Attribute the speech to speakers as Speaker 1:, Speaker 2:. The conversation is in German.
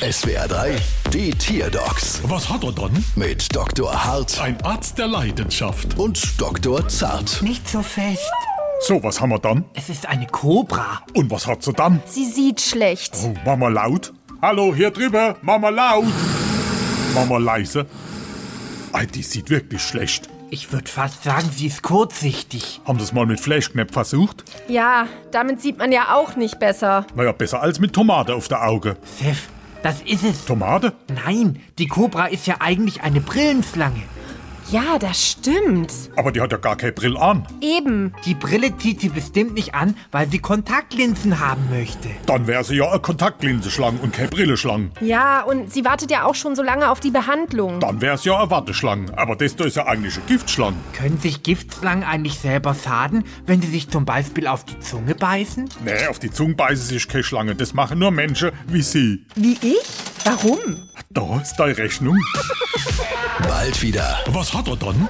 Speaker 1: SWR 3, die Tierdocs
Speaker 2: Was hat er dann?
Speaker 1: mit Dr. Hart
Speaker 2: Ein Arzt der Leidenschaft.
Speaker 1: und Dr. Zart.
Speaker 3: Nicht so fest.
Speaker 2: So, was haben wir dann?
Speaker 3: Es ist eine Kobra.
Speaker 2: Und was hat sie dann?
Speaker 4: Sie sieht schlecht.
Speaker 2: Oh, Mama laut? Hallo, hier drüber, Mama laut! Mama leise? Ei, die sieht wirklich schlecht.
Speaker 3: Ich würde fast sagen, sie ist kurzsichtig.
Speaker 2: Haben sie es mal mit Flashknäpp versucht?
Speaker 4: Ja, damit sieht man ja auch nicht besser.
Speaker 2: Naja, besser als mit Tomate auf der Auge.
Speaker 3: Seth, das ist es.
Speaker 2: Tomate?
Speaker 3: Nein, die Kobra ist ja eigentlich eine Brillenschlange.
Speaker 4: Ja, das stimmt.
Speaker 2: Aber die hat ja gar keine Brille an.
Speaker 4: Eben.
Speaker 3: Die Brille zieht sie bestimmt nicht an, weil sie Kontaktlinsen haben möchte.
Speaker 2: Dann wäre sie ja eine Kontaktlinse schlang und keine Brille schlang.
Speaker 4: Ja, und sie wartet ja auch schon so lange auf die Behandlung.
Speaker 2: Dann wäre es ja eine Warteschlang. Aber das da ist ja eigentlich eine Giftschlang.
Speaker 3: Können sich Giftschlangen eigentlich selber schaden, wenn sie sich zum Beispiel auf die Zunge beißen?
Speaker 2: Nee, auf die Zunge beißen sich keine Schlange. Das machen nur Menschen wie sie.
Speaker 4: Wie ich? Warum?
Speaker 2: Da ist deine Rechnung.
Speaker 1: Bald wieder.
Speaker 2: Was hat er dann?